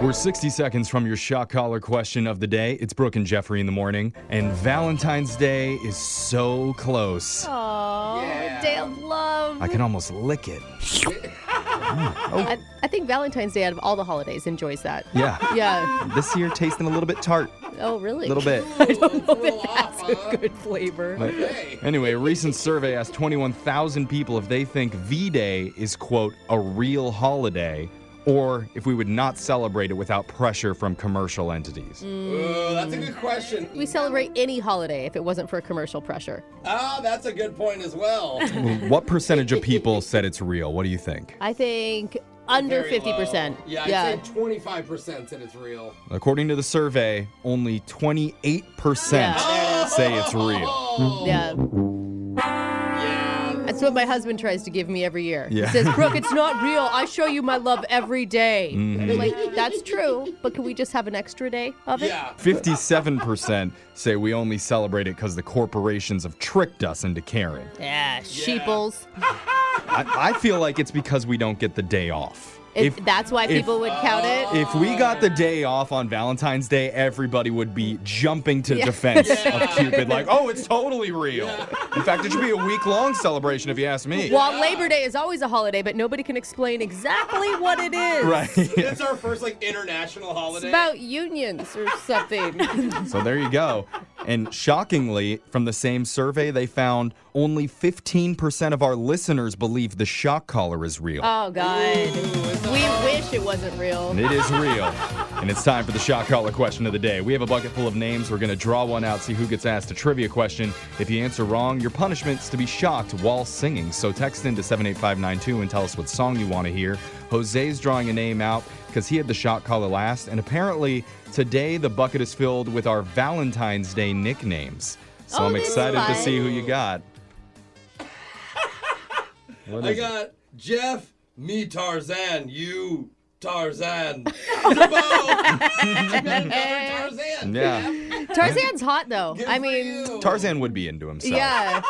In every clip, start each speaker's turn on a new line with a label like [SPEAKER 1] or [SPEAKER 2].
[SPEAKER 1] We're 60 seconds from your shock collar question of the day. It's Brooke and Jeffrey in the morning, and Valentine's Day is so close.
[SPEAKER 2] Oh, day of love.
[SPEAKER 1] I can almost lick it.
[SPEAKER 2] I, I think Valentine's Day out of all the holidays enjoys that.
[SPEAKER 1] Yeah.
[SPEAKER 2] Yeah.
[SPEAKER 1] This year tasting a little bit tart,
[SPEAKER 2] Oh, really?
[SPEAKER 1] a little bit.
[SPEAKER 2] I don't know that that's a good flavor.
[SPEAKER 1] But anyway, a recent survey asked 21,000 people if they think V Day is, quote, a real holiday, or if we would not celebrate it without pressure from commercial entities.
[SPEAKER 3] Ooh, that's a good question.
[SPEAKER 2] We celebrate any holiday if it wasn't for commercial pressure.
[SPEAKER 3] Ah, that's a good point as well.
[SPEAKER 1] Well, What percentage of people said it's real? What do you think?
[SPEAKER 2] I think under
[SPEAKER 3] Very
[SPEAKER 2] 50%.
[SPEAKER 3] low. Yeah, I'd say 25% said it's real.
[SPEAKER 1] According to the survey, only 28%
[SPEAKER 2] Yeah.
[SPEAKER 1] say it's real.
[SPEAKER 3] Oh,
[SPEAKER 2] yeah.
[SPEAKER 3] yeah.
[SPEAKER 2] That's what my husband tries to give me every year.
[SPEAKER 1] Yeah.
[SPEAKER 2] He says, Brooke, it's not real. I show you my love every day."
[SPEAKER 1] Mm-hmm.
[SPEAKER 2] I'm like, that's true, but can we just have an extra day of it?
[SPEAKER 3] Yeah.
[SPEAKER 1] 57% say we only celebrate it because the corporations have tricked us into caring.
[SPEAKER 2] Yeah, sheeples.
[SPEAKER 1] I, I feel like it's because we don't get the day off.
[SPEAKER 2] If, that's why
[SPEAKER 1] if-
[SPEAKER 2] people would count it.
[SPEAKER 1] If we got the day off on Valentine's Day, everybody would be jumping to
[SPEAKER 2] Yeah.
[SPEAKER 1] defense of Cupid, like, oh, it's totally real. In fact, it should be a week long celebration if you ask me.
[SPEAKER 2] While Labor Day is always a holiday, but nobody can explain exactly what it is.
[SPEAKER 1] Right.
[SPEAKER 3] It's our first like international
[SPEAKER 2] It's
[SPEAKER 3] holiday.
[SPEAKER 2] about unions or something.
[SPEAKER 1] so there you go. And shockingly, from the same survey, they found only 15% of our listeners believe the shock collar is real.
[SPEAKER 2] oh, God. We wish it wasn't real.
[SPEAKER 1] And it is real. And it's time for the shock collar question of the day. We have a bucket full of names. We're going to draw one out, see who gets asked a trivia question. If you answer wrong, your punishment's to be shocked while singing. So text into 78592 and tell us what song you want to hear. Jose's drawing a name out because he had the shock collar last. And apparently, today the bucket is filled with our Valentine's Day nicknames. So
[SPEAKER 2] Oh,
[SPEAKER 1] I'm
[SPEAKER 2] that's
[SPEAKER 1] excited to
[SPEAKER 2] fun.
[SPEAKER 1] see who you got. What
[SPEAKER 3] I
[SPEAKER 1] is it?
[SPEAKER 3] got Jeff, me Tarzan, you Tarzan. Jabbo, Jabbo, Tarzan.
[SPEAKER 1] Yeah.
[SPEAKER 2] Tarzan's hot, though.
[SPEAKER 3] Good
[SPEAKER 2] I
[SPEAKER 3] for
[SPEAKER 2] mean,
[SPEAKER 3] you.
[SPEAKER 1] Tarzan would be into himself.
[SPEAKER 2] yeah.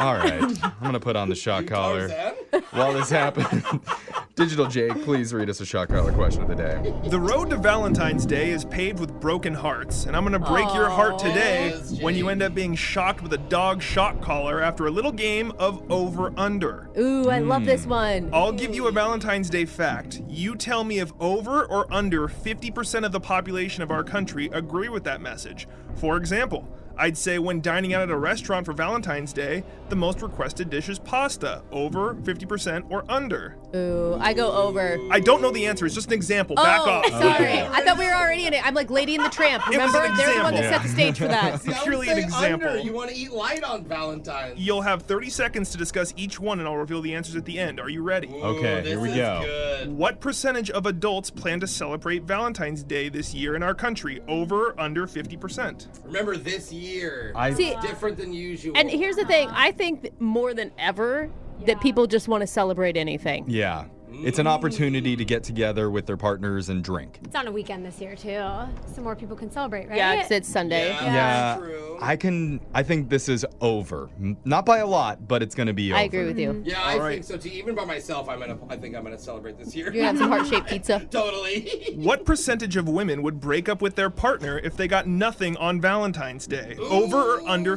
[SPEAKER 1] All right. I'm going to put on the shock
[SPEAKER 3] You
[SPEAKER 1] collar.
[SPEAKER 3] Tarzan?
[SPEAKER 1] While this happened, Digital Jake, please read us a shock collar question of the day.
[SPEAKER 4] The road to Valentine's Day is paved with broken hearts, and I'm gonna break your heart today
[SPEAKER 3] Yes,
[SPEAKER 4] when you
[SPEAKER 3] Jake.
[SPEAKER 4] end up being shocked with a dog shock collar after a little game of over under.
[SPEAKER 2] Ooh, I love this one.
[SPEAKER 4] I'll give you a Valentine's Day fact. You tell me if over or under 50% of the population of our country agree with that message. For example, I'd say when dining out at a restaurant for Valentine's Day, the most requested dish is pasta, over 50% or under.
[SPEAKER 2] Ooh, I go over.
[SPEAKER 4] I don't know the answer, it's just an example. Back
[SPEAKER 2] oh,
[SPEAKER 4] off.
[SPEAKER 2] sorry. I thought we were already in it. I'm like Lady and the Tramp.
[SPEAKER 4] It was
[SPEAKER 2] Remember?
[SPEAKER 4] an
[SPEAKER 2] They're the one that
[SPEAKER 4] example.
[SPEAKER 2] set the stage for that.
[SPEAKER 3] See, I would
[SPEAKER 4] Purely an
[SPEAKER 3] say
[SPEAKER 4] example.
[SPEAKER 3] Under. You want to eat light on Valentine's.
[SPEAKER 4] You'll have 30 seconds to discuss each one, and I'll reveal the answers at the end. Are you ready?
[SPEAKER 3] Ooh,
[SPEAKER 1] Okay,
[SPEAKER 3] this
[SPEAKER 1] here we
[SPEAKER 3] is
[SPEAKER 1] go.
[SPEAKER 3] Good.
[SPEAKER 4] What percentage of adults plan to celebrate Valentine's Day this year in our country? Over, under 50%.
[SPEAKER 3] Remember this year.
[SPEAKER 1] I-
[SPEAKER 2] See,
[SPEAKER 3] different than usual.
[SPEAKER 2] and here's the thing I think that more than ever that people just want to celebrate anything.
[SPEAKER 1] Yeah. It's an opportunity to get together with their partners and drink.
[SPEAKER 5] It's on a weekend this year too, so more people can celebrate, right?
[SPEAKER 2] Yeah, 'cause it's Sunday.
[SPEAKER 3] Yeah.
[SPEAKER 1] Yeah.
[SPEAKER 3] true.
[SPEAKER 1] I can I think this is over. M- Not by a lot, but it's going to be over.
[SPEAKER 2] I agree with you.
[SPEAKER 3] yeah, I
[SPEAKER 4] All
[SPEAKER 3] think
[SPEAKER 4] right.
[SPEAKER 3] so too. Even by myself, I'm gonna. I think I'm gonna celebrate this year.
[SPEAKER 2] You're gonna have some heart shaped pizza.
[SPEAKER 3] totally.
[SPEAKER 4] What percentage of women would break up with their partner if they got nothing on Valentine's Day? Over or under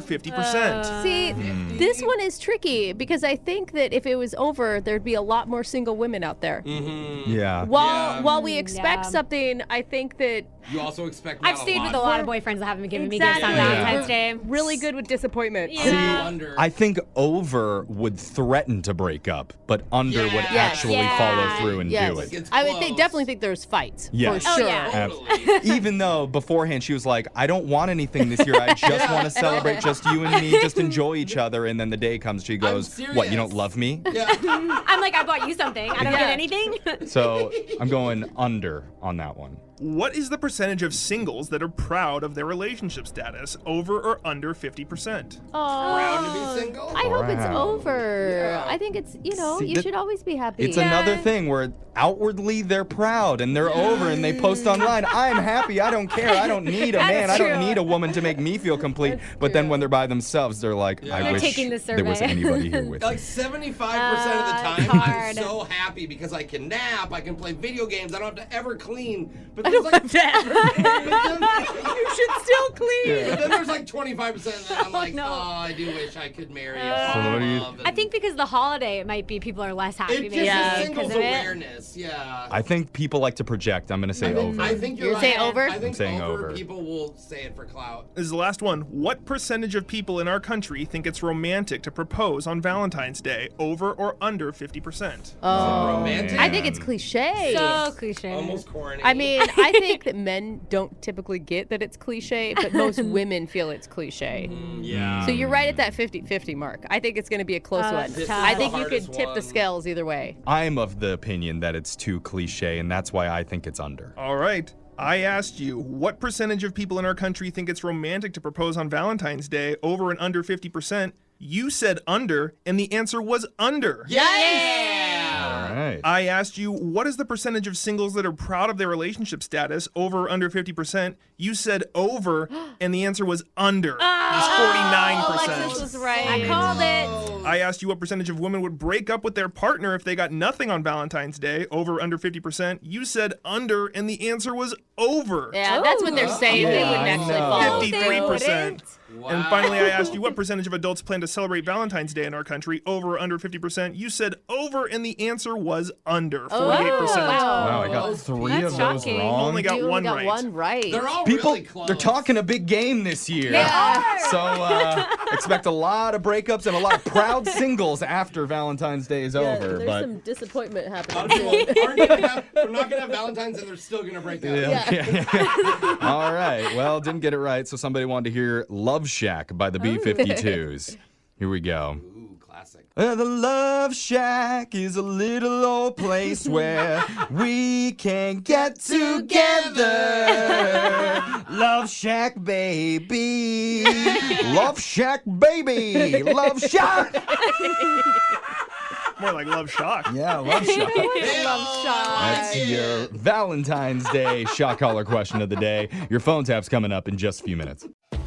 [SPEAKER 4] 50%?
[SPEAKER 2] See,
[SPEAKER 1] Mm.
[SPEAKER 2] this one is tricky because I think that if it was over, there'd be a lot more single women out there.
[SPEAKER 1] Mm. Yeah.
[SPEAKER 2] While
[SPEAKER 3] Yeah.
[SPEAKER 2] while we expect
[SPEAKER 5] yeah.
[SPEAKER 2] something, I think that
[SPEAKER 3] You also expect.
[SPEAKER 5] I've
[SPEAKER 3] not
[SPEAKER 5] stayed
[SPEAKER 3] a
[SPEAKER 5] with a
[SPEAKER 3] lot.
[SPEAKER 5] lot of boyfriends that haven't given me gifts on
[SPEAKER 2] Exactly.
[SPEAKER 1] Yeah.
[SPEAKER 5] Valentine's Day.
[SPEAKER 2] we're really good with disappointment.
[SPEAKER 5] Yeah.
[SPEAKER 3] I wonder.
[SPEAKER 1] I think over would threaten to break up, but under would
[SPEAKER 3] Yeah.
[SPEAKER 2] Yes.
[SPEAKER 1] actually
[SPEAKER 5] Yeah.
[SPEAKER 1] follow through and
[SPEAKER 2] Yes.
[SPEAKER 1] do
[SPEAKER 3] Like,
[SPEAKER 1] it.
[SPEAKER 3] it's
[SPEAKER 2] I would think,
[SPEAKER 3] close.
[SPEAKER 2] definitely think there's fights.
[SPEAKER 1] Yes.
[SPEAKER 2] For
[SPEAKER 5] Oh,
[SPEAKER 2] sure.
[SPEAKER 5] yeah.
[SPEAKER 1] Ab-
[SPEAKER 3] Totally.
[SPEAKER 1] Even though beforehand she was like, I don't want anything this year. I just want to celebrate just you and me, just enjoy each other. And then the day comes, she goes, What, you
[SPEAKER 3] serious.
[SPEAKER 1] don't love me?
[SPEAKER 3] yeah.
[SPEAKER 5] I'm like, I bought you something. I don't
[SPEAKER 2] Yeah.
[SPEAKER 5] get anything.
[SPEAKER 1] So I'm going under on that one.
[SPEAKER 4] What is the percentage of singles that are proud of their relationship status? Over or under 50%?
[SPEAKER 2] Oh,
[SPEAKER 3] Proud to be single.
[SPEAKER 2] I hope it's
[SPEAKER 1] Wow.
[SPEAKER 2] over.
[SPEAKER 3] Yeah.
[SPEAKER 2] I think it's you know
[SPEAKER 1] See,
[SPEAKER 2] you
[SPEAKER 1] that-
[SPEAKER 2] should always be happy.
[SPEAKER 1] It's another thing where outwardly they're proud and they're over and they post online, I'm happy, I don't care, I don't need a man, I don't
[SPEAKER 5] true.
[SPEAKER 1] need a woman to make me feel complete. But then when they're by themselves, they're like, I
[SPEAKER 3] They're
[SPEAKER 1] wish
[SPEAKER 5] taking the
[SPEAKER 1] there was
[SPEAKER 5] survey.
[SPEAKER 1] anybody here with me.
[SPEAKER 3] Like 75% of the
[SPEAKER 5] Uh,
[SPEAKER 3] time, I'm
[SPEAKER 5] hard.
[SPEAKER 3] so happy because I can nap, I can play video games, I don't have to ever clean. But
[SPEAKER 2] I don't have to ever. you should still clean.
[SPEAKER 3] But then there's like 25% that I'm like,
[SPEAKER 5] no.
[SPEAKER 3] oh, I do wish I could marry a
[SPEAKER 5] Uh,
[SPEAKER 3] father
[SPEAKER 1] So what do you-
[SPEAKER 3] love,"
[SPEAKER 5] I
[SPEAKER 3] and
[SPEAKER 5] think because the holiday, it might be people are less happy.
[SPEAKER 3] it
[SPEAKER 5] maybe
[SPEAKER 3] just
[SPEAKER 2] Yeah,
[SPEAKER 3] is
[SPEAKER 5] because
[SPEAKER 3] singles
[SPEAKER 5] of it.
[SPEAKER 3] awareness. Yeah.
[SPEAKER 1] I think people like to project. I'm going to say over.
[SPEAKER 3] I think you're
[SPEAKER 2] You're
[SPEAKER 3] right.
[SPEAKER 2] saying over?
[SPEAKER 3] I think
[SPEAKER 1] I'm saying over.
[SPEAKER 3] People will say it for clout.
[SPEAKER 4] This is the last one. What percentage of people in our country think it's romantic to propose on Valentine's Day? Over or under 50%?
[SPEAKER 3] romantic.
[SPEAKER 2] I think it's cliche.
[SPEAKER 5] So cliche.
[SPEAKER 3] Almost corny.
[SPEAKER 2] I mean, I think that men don't typically get that it's cliche, but most women feel it's cliche.
[SPEAKER 1] Mm.
[SPEAKER 3] yeah.
[SPEAKER 2] So you're right at that 50-50 mark. I think it's going to be a close
[SPEAKER 5] Oh,
[SPEAKER 2] one.
[SPEAKER 5] that's tough.
[SPEAKER 2] I think you
[SPEAKER 3] Hardest
[SPEAKER 2] could tip
[SPEAKER 3] one.
[SPEAKER 2] the scales either way.
[SPEAKER 1] I'm of the opinion that it's too cliche, and that's why I think it's under.
[SPEAKER 4] All right. I asked you, what percentage of people in our country think it's romantic to propose on Valentine's Day? Over and under 50%? You said under, and the answer was under.
[SPEAKER 3] yeah.
[SPEAKER 1] All right.
[SPEAKER 4] I asked you, what is the percentage of singles that are proud of their relationship status? Over or under 50%? You said over, and the answer was under. it was 49%.
[SPEAKER 5] Oh,
[SPEAKER 2] Alexis was right.
[SPEAKER 5] I called it.
[SPEAKER 4] I asked you what percentage of women would break up with their partner if they got nothing on Valentine's Day, over or under 50%. You said under, and the answer was over.
[SPEAKER 2] Yeah, that's what they're saying. they
[SPEAKER 1] Yeah, I
[SPEAKER 2] wouldn't actually
[SPEAKER 1] know.
[SPEAKER 2] fall.
[SPEAKER 5] they
[SPEAKER 4] 53%.
[SPEAKER 3] Wow.
[SPEAKER 4] And finally, I asked you what percentage of adults plan to celebrate Valentine's Day in our country, over or under 50%. You said over, and the answer was under 48%.
[SPEAKER 2] Oh,
[SPEAKER 1] Wow, I got
[SPEAKER 3] Those
[SPEAKER 1] three
[SPEAKER 5] people-
[SPEAKER 1] of
[SPEAKER 5] That's
[SPEAKER 1] those
[SPEAKER 5] shocking.
[SPEAKER 1] wrong.
[SPEAKER 4] Only got
[SPEAKER 2] You only
[SPEAKER 4] one
[SPEAKER 2] got
[SPEAKER 4] right.
[SPEAKER 2] one right.
[SPEAKER 3] They're all
[SPEAKER 1] People,
[SPEAKER 3] Oh really close.
[SPEAKER 1] they're talking a big game this year.
[SPEAKER 2] are.
[SPEAKER 1] So uh, expect a lot of breakups and a lot of proud singles after Valentine's Day is over.
[SPEAKER 2] There's
[SPEAKER 1] But
[SPEAKER 2] some disappointment
[SPEAKER 3] Aren't
[SPEAKER 2] happening.
[SPEAKER 3] you- aren't you gonna have- They're not gonna have Valentine's and they're still gonna break up.
[SPEAKER 1] Yeah, okay. All right. Well, didn't get it right, so somebody wanted to hear Love Shack by
[SPEAKER 2] Oh,
[SPEAKER 1] the B52s. Here we go.
[SPEAKER 3] Ooh, classic.
[SPEAKER 1] Uh, The Love Shack is a little old place where we can get together. Love Shack, baby. Love Shack, baby. Love Shack.
[SPEAKER 4] More like love shock.
[SPEAKER 1] Yeah, Love Shack.
[SPEAKER 2] Love shot.
[SPEAKER 1] That's your Valentine's Day shot collar question of the day. Your phone tap's coming up in just a few minutes.